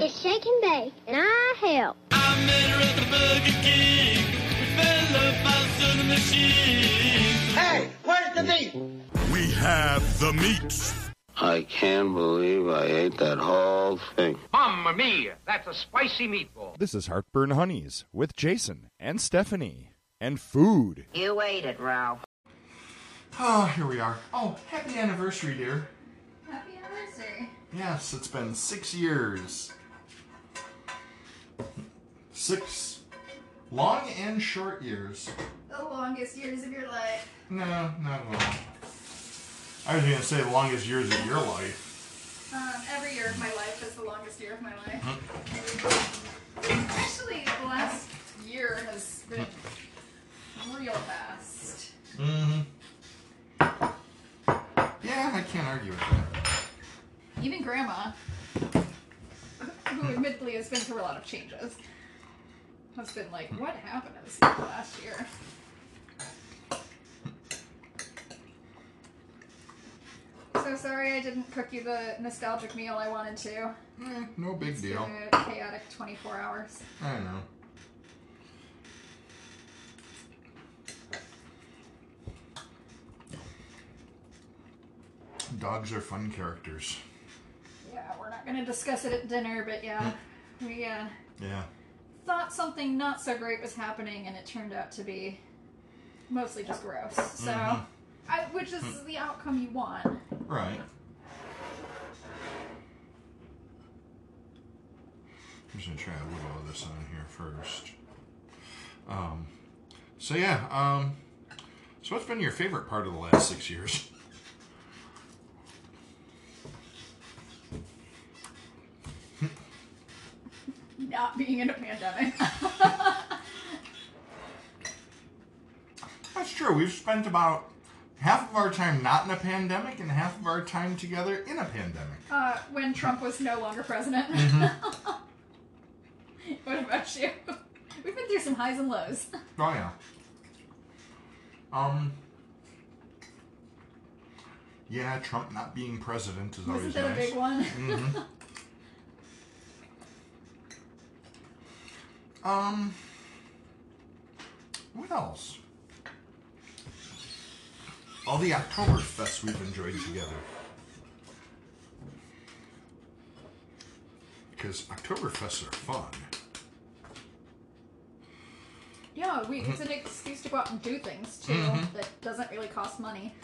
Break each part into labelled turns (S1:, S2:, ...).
S1: It's Shake and Bake, and I help.
S2: I met her at the Burger King. We fell in love through the machine.
S3: Hey, where's the meat?
S4: We have the meats.
S5: I can't believe I ate that whole thing.
S6: Mamma mia, that's a spicy meatball.
S7: This is Heartburn Honeys with Jason and Stephanie and food.
S8: You ate it, Ralph.
S9: Oh, here we are. Oh, happy anniversary, dear.
S10: Happy anniversary.
S9: Yes, it's been six years. Six long and short years.
S10: The longest years of your life.
S9: No, not at all. I was gonna say the longest years of your life.
S10: Um, every year of my life is the longest year of my life. Actually, the last year has been real fast.
S9: Mm-hmm. Yeah, I can't argue with that.
S10: Even Grandma, who admittedly has been through a lot of changes, has been like, "What happened to this people last year?" So sorry I didn't cook you the nostalgic meal I wanted to.
S9: Eh, no big
S10: It's
S9: deal.
S10: been a chaotic 24 hours.
S9: I don't know. Dogs are fun characters.
S10: Yeah, we're not gonna discuss it at dinner, but yeah, we uh,
S9: Yeah.
S10: thought something not so great was happening, and it turned out to be mostly just gross. So,
S9: Mhm.
S10: I, which is the outcome you want.
S9: Right. I'm just gonna try a little of this on here first. Um, so yeah. Um, so what's been your favorite part of the last six years?
S10: Not being in a pandemic.
S9: That's true. We've spent about half of our time not in a pandemic and half of our time together in a pandemic.
S10: uh, when Trump was no longer president.
S9: Mm-hmm.
S10: what about you? We've been through some highs and lows.
S9: Oh yeah. Um. Yeah, Trump not being president is always
S10: Wasn't that
S9: nice.
S10: a big one?
S9: Mhm. um. What else? All the Oktoberfests we've enjoyed together. Because Oktoberfests are fun.
S10: Yeah, we, it's an excuse to go out and do things too
S9: Mhm.
S10: that doesn't really cost money.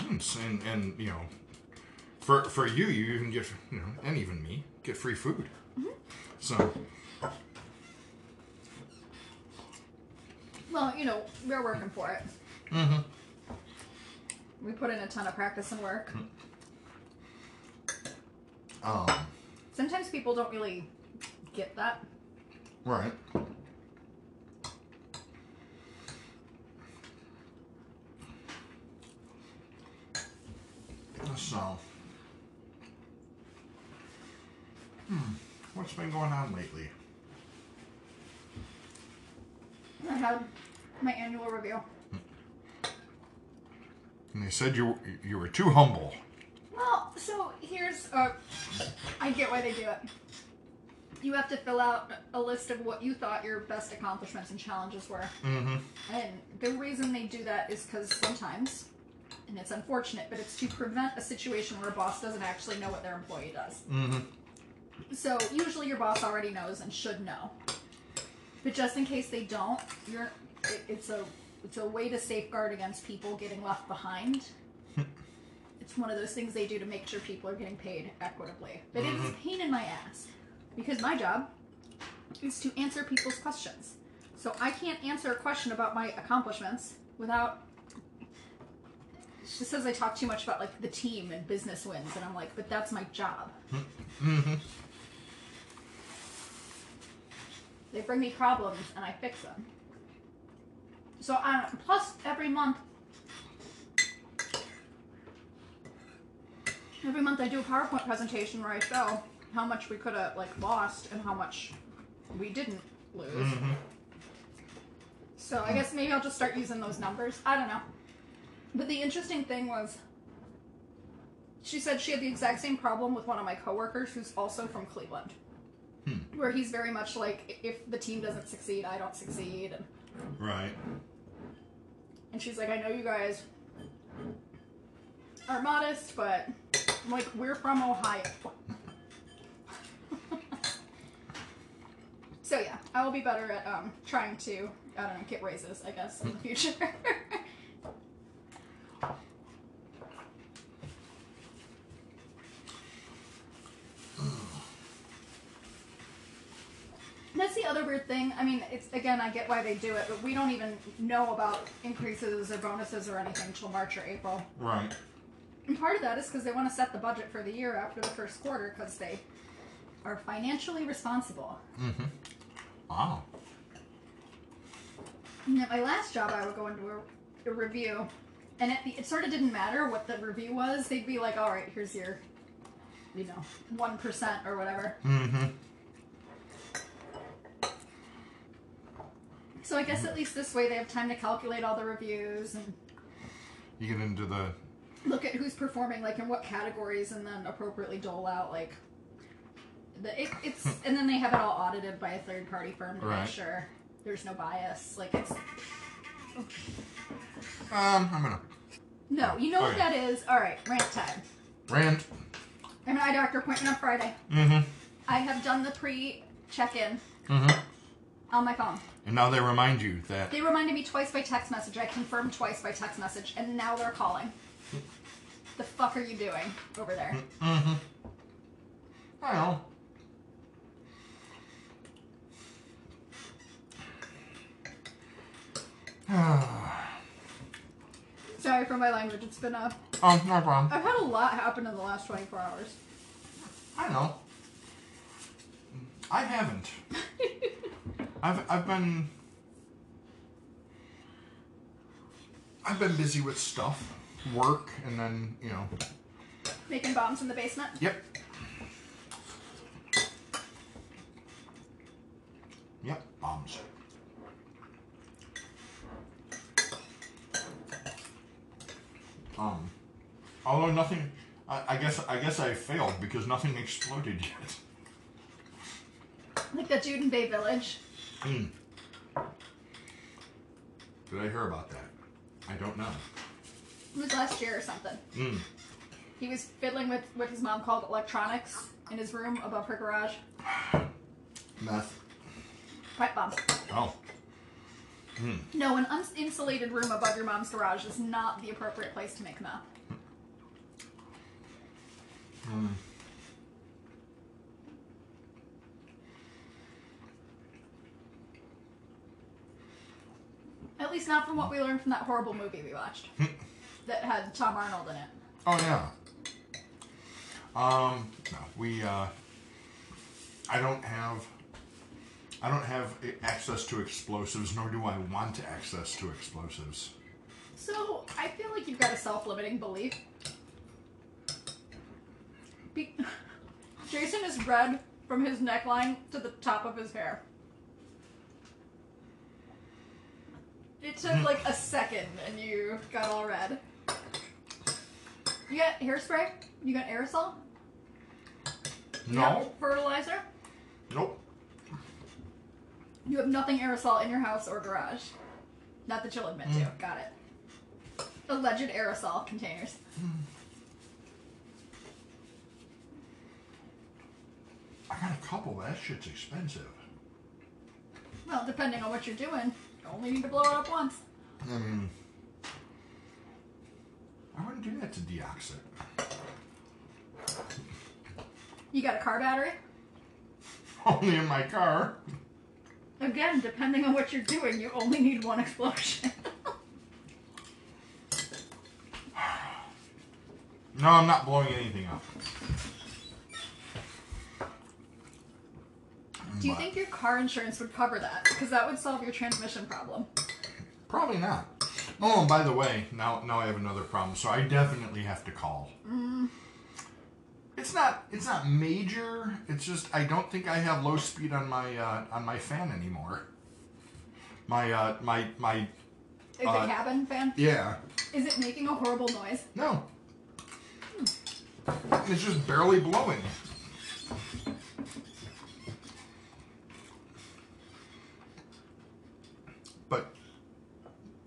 S9: And, and you know, for for you, you even get, you know, and even me, get free food. So,
S10: Well, you know, we're working for it.
S9: mhm.
S10: We put in a ton of practice and work.
S9: um,
S10: Sometimes people don't really get that.
S9: right. So, hmm, what's been going on lately?
S10: I had my annual review.
S9: And they said you you were too humble.
S10: Well, so here's uh, I get why they do it. You have to fill out a list of what you thought your best accomplishments and challenges were.
S9: Mm-hmm.
S10: And the reason they do that is because sometimes, and it's unfortunate, but it's to prevent a situation where a boss doesn't actually know what their employee does.
S9: Mm-hmm.
S10: So usually your boss already knows and should know. But just in case they don't, you're it, it's a it's a way to safeguard against people getting left behind. it's one of those things they do to make sure people are getting paid equitably. But it is a pain in my ass because my job is to answer people's questions. So I can't answer a question about my accomplishments without she says I talk too much about like the team and business wins and I'm like, but that's my job. They bring me problems and I fix them. So I don't, plus every month every month I do a PowerPoint presentation where I show how much we could have like lost and how much we didn't lose. So I guess maybe I'll just start using those numbers. I don't know. But the interesting thing was She said she had the exact same problem with one of my coworkers who's also from Cleveland. Where he's very much like, "I- if the team doesn't succeed, I don't succeed. And,
S9: Right.
S10: and she's like, I know you guys are modest, but I'm like, we're from Ohio. so yeah, I will be better at um, trying to, I don't know, get raises, I guess, in the future. That's the other weird thing. I mean, it's again, I get why they do it, but we don't even know about increases or bonuses or anything till March or April.
S9: Right.
S10: And part of that is because they want to set the budget for the year after the first quarter because they are financially responsible.
S9: Wow.
S10: And at my last job, I would go into a, a review, and it, it sort of didn't matter what the review was. They'd be like, all right, here's your, you know, 1% or whatever.
S9: Mm-hmm.
S10: So I guess at least this way they have time to calculate all the reviews and
S9: You get into the
S10: look at who's performing like in what categories and then appropriately dole out like the it, it's and then they have it all audited by a third party firm to
S9: Right.
S10: make sure there's no bias like it's
S9: um. I'm gonna
S10: no you know what
S9: Okay.
S10: that is all right rant time
S9: rant.
S10: i'm an eye doctor appointment on friday
S9: Mm-hmm.
S10: i have done the pre check-in
S9: Mm-hmm.
S10: on my phone
S9: And now they remind you that
S10: they reminded me twice by text message i confirmed twice by text message and now they're calling the fuck are you doing over there
S9: Mm-hmm. Well. um,
S10: sorry for my language it's been a
S9: Oh, no problem.
S10: i've had a lot happen in the last 24 hours
S9: I know. I haven't. I've I've been I've been busy with stuff, work, and then you know.
S10: making bombs in the basement
S9: Yep. Yep. Bombs. Um. Although nothing, I, I guess I guess I failed because nothing exploded yet.
S10: Like the Juden Bay Village.
S9: Hmm. Did I hear about that? I don't know.
S10: It was last year or something.
S9: Mm.
S10: He was fiddling with what his mom called electronics in his room above her garage.
S9: Meth.
S10: Pipe bomb.
S9: Oh.
S10: No, an uninsulated room above your mom's garage is not the appropriate place to make meth. At least not from what we learned from that horrible movie we watched that had Tom Arnold in it.
S9: Oh yeah. Um, no, we. Uh, I don't have. I don't have i- access to explosives, nor do I want access to explosives.
S10: So I feel like you've got a self-limiting belief. Be- Jason is red from his neckline to the top of his hair. It took like a second, and you got all red. You got hairspray? You got aerosol? You
S9: No.
S10: got fertilizer?
S9: Nope.
S10: You have nothing aerosol in your house or garage. Not that you'll admit to. Got it. Alleged aerosol containers.
S9: I got a couple. That shit's expensive.
S10: Well, depending on what you're doing, you only need to blow it up once.
S9: I mean, I wouldn't do that to deoxit.
S10: You got a car battery?
S9: Only in my car.
S10: Again, depending on what you're doing, you only need one explosion.
S9: No, I'm not blowing anything up.
S10: Do you think your car insurance would cover that? Because that would solve your transmission problem.
S9: Probably not. Oh, and by the way, now now I have another problem. So I definitely have to call. It's not it's not major. It's just I don't think I have low speed on my uh, on my fan anymore. My uh, my my
S10: Is
S9: Uh,
S10: it cabin fan?
S9: yeah
S10: Is it making a horrible noise?
S9: no. It's just barely blowing. But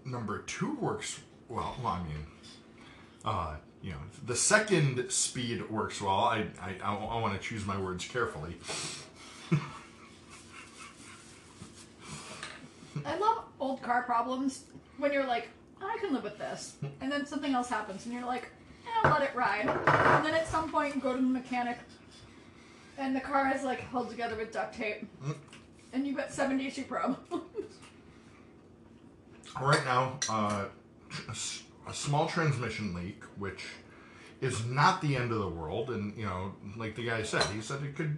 S9: number two works well. Well, I mean, uh, you know, the second speed works well. I I, I, want to choose my words carefully.
S10: I love old car problems when you're like, I can live with this. And then something else happens and you're like, eh, let it ride. And then at some point you go to the mechanic and the car is like held together with duct tape. And you've got 72 problems.
S9: Right now, uh, a, s- a small transmission leak, which is not the end of the world, and you know, like the guy said, he said it could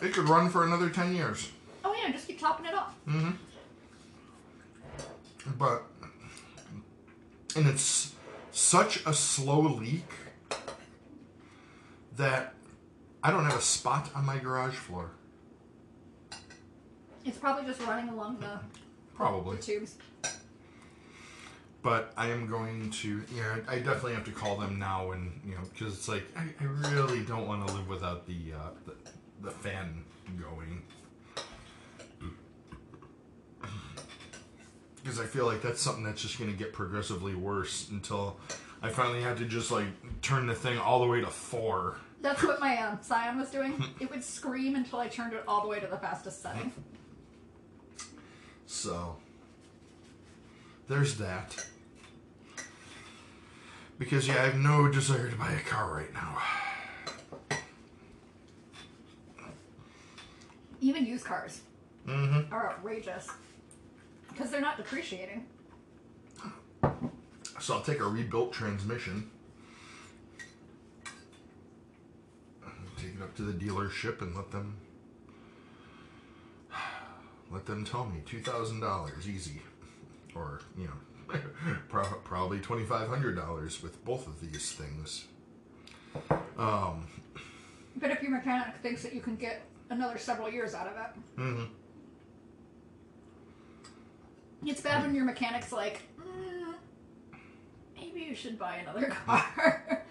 S9: it could run for another ten years.
S10: oh yeah, just keep topping it off.
S9: but and it's such a slow leak that I don't have a spot on my garage floor.
S10: It's probably just running along the,
S9: Probably,
S10: the tubes.
S9: but I am going to. Yeah, I definitely have to call them now, and you know, because it's like I, I really don't want to live without the, uh, the the fan going. Because I feel like that's something that's just gonna get progressively worse until I finally have to just like turn the thing all the way to four.
S10: That's what my um, Scion was doing. It would scream until I turned it all the way to the fastest setting.
S9: So there's that. Because yeah, I have no desire to buy a car right now.
S10: Even used cars are outrageous because they're not depreciating.
S9: So I'll take a rebuilt transmission. Take it up to the dealership and let them let them tell me two thousand dollars easy, or you know, pro- probably twenty five hundred dollars with both of these things.
S10: But if your mechanic thinks that you can get another several years out of it, it's bad when your mechanic's like, mm, maybe you should buy another car.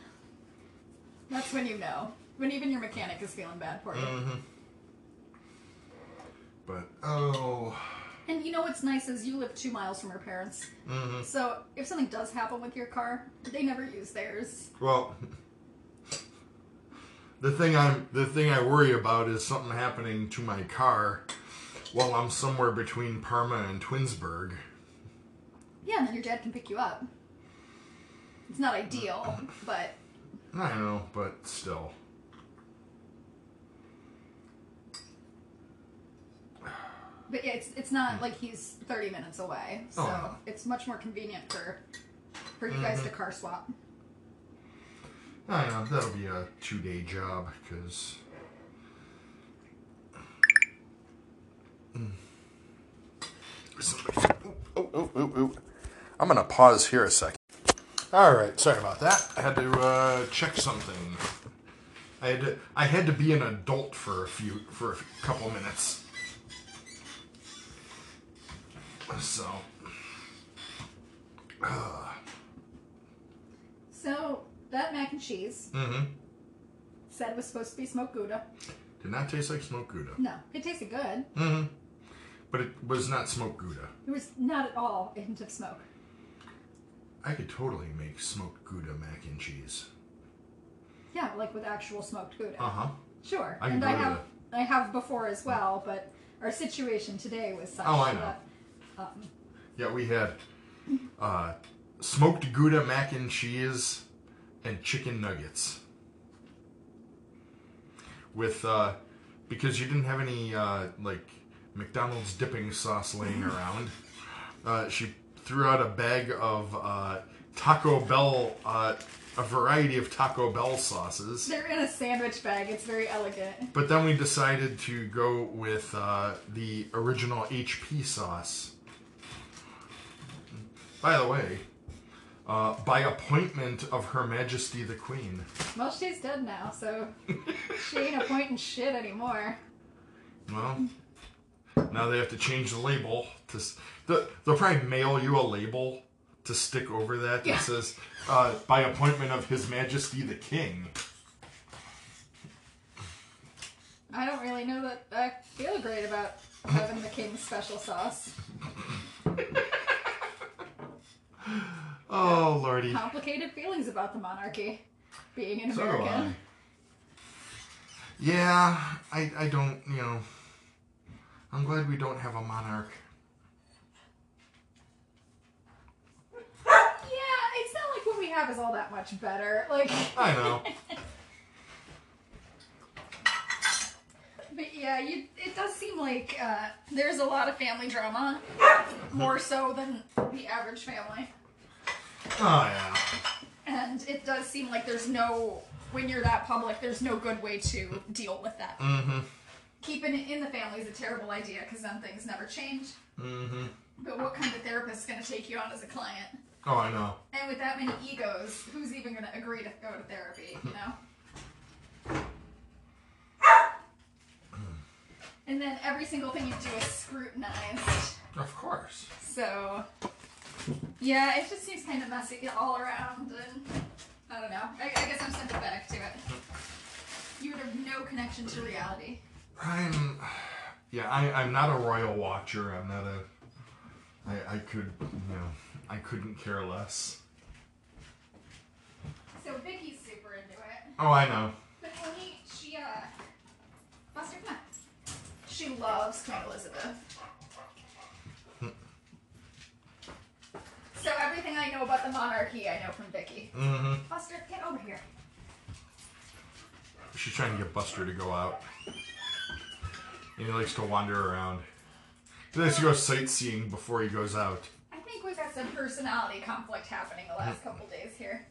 S10: That's when you know. When even your mechanic is feeling bad for you.
S9: But oh,
S10: And you know what's nice is you live two miles from your parents. So if something does happen with your car, they never use theirs.
S9: well. The thing I'm the thing I worry about is something happening to my car while I'm somewhere between Parma and Twinsburg.
S10: Yeah, and then your dad can pick you up. It's not ideal, but
S9: I know, but still.
S10: but yeah, it's it's not like he's thirty minutes away. So
S9: Hmm. Oh, Mm-hmm. no.
S10: it's much more convenient for for you guys to car swap.
S9: I know, that'll be a two day job, because. I'm going to pause here a second. All right, sorry about that. I had to uh, check something. I had to, I had to be an adult for a few for a couple minutes. So,
S10: So that mac and cheese
S9: Hmm. Mm-hmm.
S10: said was supposed to be smoked gouda.
S9: did not taste like smoked gouda,
S10: No, it tasted good.
S9: Hmm. but it was not smoked gouda.
S10: It was not at all a hint of smoke.
S9: I could totally make smoked Gouda mac and cheese.
S10: Yeah, like with actual smoked gouda.
S9: Uh huh.
S10: Sure.
S9: I can
S10: and I
S9: go to
S10: have I have before as well, but our situation today was such
S9: Oh, I know.
S10: that
S9: Yeah, we had uh, smoked Gouda mac and cheese and chicken nuggets. With, uh, because you didn't have any, uh, like, McDonald's dipping sauce laying around, uh, she threw out a bag of uh, Taco Bell, uh, a variety of Taco Bell sauces.
S10: they're in a sandwich bag. It's very elegant.
S9: But then we decided to go with uh, the original HP sauce. By the way, uh, by appointment of Her Majesty the Queen.
S10: Well, she's dead now, so she ain't a point in shit anymore.
S9: Well, now they have to change the label. To s- the, they'll probably mail you a label to stick over that
S10: Yeah.
S9: that says, uh, by appointment of His Majesty the King.
S10: I don't really know that I feel great about having the king's special sauce.
S9: Oh, lordy.
S10: Complicated feelings about the monarchy. Being an
S9: So do I.
S10: American.
S9: Yeah, I, I don't, you know. I'm glad we don't have a monarch.
S10: Yeah, it's not like what we have is all that much better. Like,
S9: I know.
S10: but yeah, you, it does seem like uh, there's a lot of family drama, more so than the average family.
S9: Oh, yeah.
S10: And it does seem like there's no, when you're that public, there's no good way to deal with that.
S9: Mm-hmm.
S10: Keeping it in the family is a terrible idea because then things never change.
S9: Mm-hmm.
S10: But what kind of therapist is going to take you on as a client?
S9: Oh, I know.
S10: And with that many egos, who's even going to agree to go to therapy, you know? and then every single thing you do is scrutinized.
S9: Of course.
S10: So, yeah, it just seems kind of messy all around, and I don't know. I, I guess I'm sympathetic to it. You would have no connection to reality.
S9: I'm, yeah, I, I'm not a royal watcher. I'm not a, I, I could, you know, I couldn't care less.
S10: So Vicky's super into it,
S9: Oh, I know.
S10: but Amy, she uh, Buster Nut. She loves Queen Elizabeth. So everything I know about the monarchy, I know from Vicky.
S9: hmm
S10: Buster, get over here.
S9: She's trying to get Buster to go out. And he likes to wander around. He likes to go sightseeing before he goes out.
S10: I think we've had some personality conflict happening the last couple days here.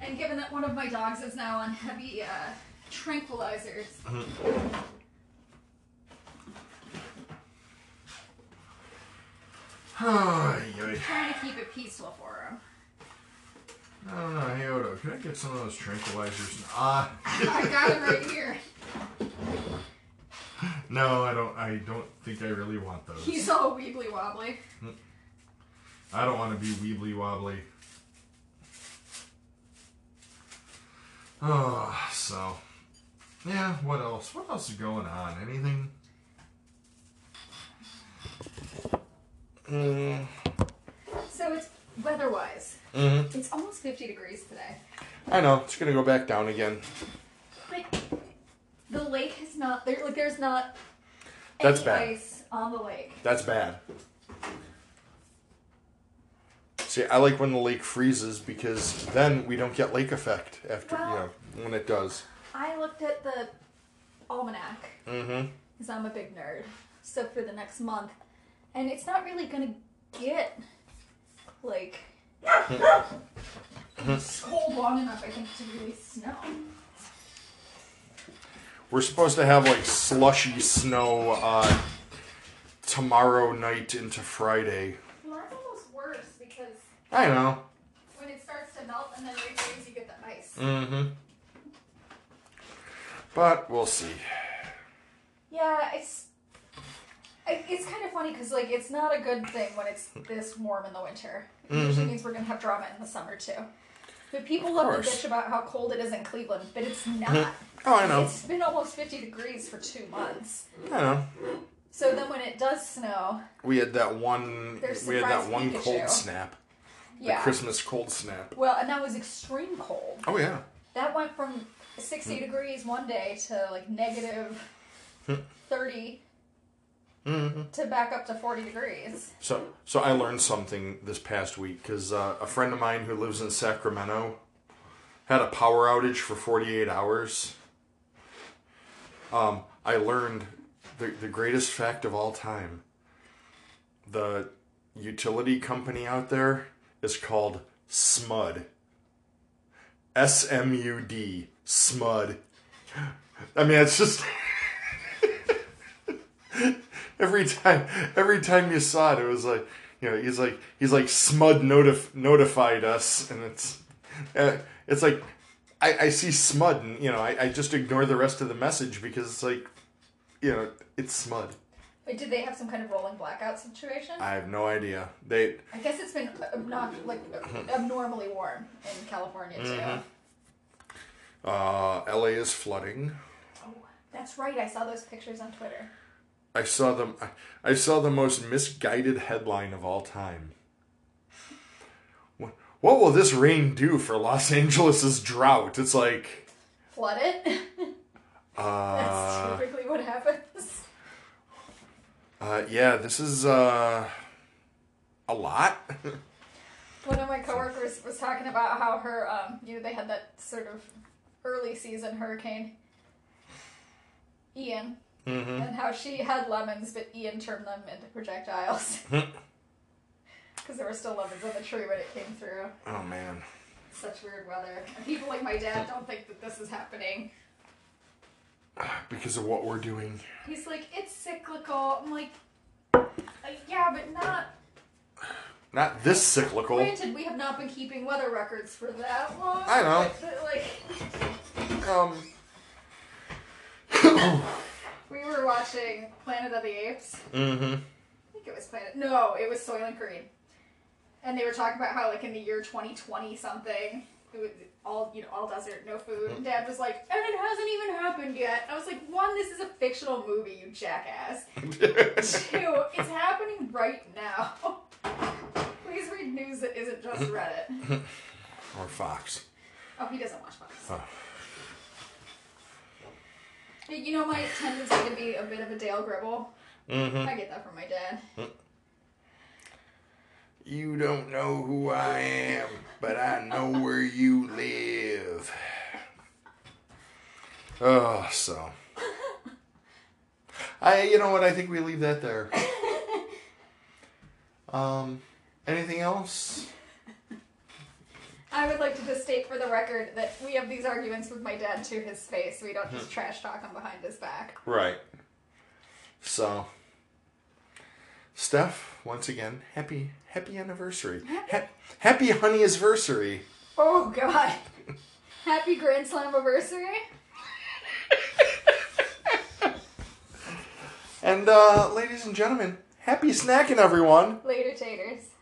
S10: And given that one of my dogs is now on heavy uh, tranquilizers,
S9: Oh, yoy.
S10: trying to keep it peaceful for him.
S9: I don't know. Hey, Odo, can I get some of those tranquilizers? Ah,
S10: I got him right here.
S9: no, I don't. I don't think I really want those.
S10: He's all weebly wobbly.
S9: I don't want to be weebly wobbly. Oh, so yeah. What else? What else is going on? Anything? Mm,
S10: So it's weather-wise,
S9: Mm-hmm.
S10: it's almost 50 degrees today.
S9: I know it's gonna go back down again.
S10: But the lake is not there. Like there's not
S9: That's
S10: any
S9: bad.
S10: ice on the lake.
S9: That's bad. See, I like when the lake freezes because then we don't get lake effect after
S10: Well-
S9: you know when it does.
S10: I looked at the almanac because
S9: Mm-hmm.
S10: I'm a big nerd. So for the next month, and it's not really gonna get like
S9: Mm-hmm.
S10: it's cold long enough, I think, to really snow.
S9: We're supposed to have like slushy snow uh, tomorrow night into Friday.
S10: Well, that's almost worse because
S9: I know.
S10: when it starts to melt and then it rains, you get the ice.
S9: Mm-hmm. But we'll see.
S10: Yeah, it's it- it's kind of funny because like it's not a good thing when it's this warm in the winter. It
S9: Mm-hmm.
S10: usually means we're gonna have drama in the summer too. But people love to
S9: course.
S10: bitch about how cold it is in Cleveland, but it's not.
S9: Oh, I know.
S10: It's been almost 50 degrees for two months.
S9: I know.
S10: So then when it does snow,
S9: We had that one.
S10: There's
S9: We had that
S10: surprise
S9: one
S10: Pikachu.
S9: cold snap.
S10: yeah.
S9: The Christmas cold snap.
S10: Well, and that was extreme cold.
S9: Oh yeah.
S10: That went from
S9: Mm.
S10: 60 degrees one day to like negative
S9: Hmm.
S10: 30
S9: Mm-hmm.
S10: to back up to 40 degrees.
S9: So, so I learned something this past week because uh, a friend of mine who lives in Sacramento had a power outage for 48 hours. Um, I learned the, the greatest fact of all time. The utility company out there is called SMUD. S M U D. SMUD. I mean, it's just. every time every time you saw it it was like you know he's like he's like smud notif- notified us and it's uh, it's like I, I see smud and you know I, I just ignore the rest of the message because it's like you know it's smud
S10: Wait, did they have some kind of rolling blackout situation?
S9: I have no idea. They
S10: I guess it's been obnox- like abnormally warm in California
S9: Mm-hmm.
S10: too.
S9: uh, LA is flooding.
S10: Oh, that's right. I saw those pictures on Twitter.
S9: I saw them. I- I saw the most misguided headline of all time. Wh- What will this rain do for Los Angeles' drought? It's like,
S10: Flood it. that's
S9: uh,
S10: typically what happens.
S9: uh yeah, this is uh, a lot.
S10: One of my coworkers was talking about how her, um, you know, they had that sort of early season hurricane, Ian,
S9: Mm-hmm.
S10: and how she had lemons, but Ian turned them into projectiles. Because there were still lemons on the tree when it came through.
S9: oh man.
S10: Such weird weather. And people like my dad don't think that this is happening.
S9: Because of what we're doing.
S10: He's like, it's cyclical. I'm like, "Uh, yeah, but not.
S9: Not this cyclical.
S10: Granted, we have not been keeping weather records for that long.
S9: I know.
S10: but, like,
S9: Um,
S10: We were watching Planet of the Apes. Mm-hmm. I think it was Planet. No, it was Soylent Green. And they were talking about how, like, in the year 2020 something, it was all you know, all desert, no food. And Dad was like, "And it hasn't even happened yet." I was like, "One, this is a fictional movie, you jackass. Two, it's happening right now. Please read news that isn't just Reddit."
S9: or Fox.
S10: Oh, he doesn't watch Fox. You know my tendency to be a bit of a Dale Gribble. I get that from my dad.
S9: You don't know who I am, but I know where you live. Oh, so. I, you know what? I think we leave that there. Um, anything else?
S10: I would like to just state for the record that we have these arguments with my dad to his face. We don't just trash talk him behind his back.
S9: Right. So, Steph, once again, happy happy anniversary. Ha- happy honey anniversary.
S10: Oh God! Happy Grand Slam anniversary.
S9: And uh, ladies and gentlemen, happy snacking everyone.
S10: Later, taters.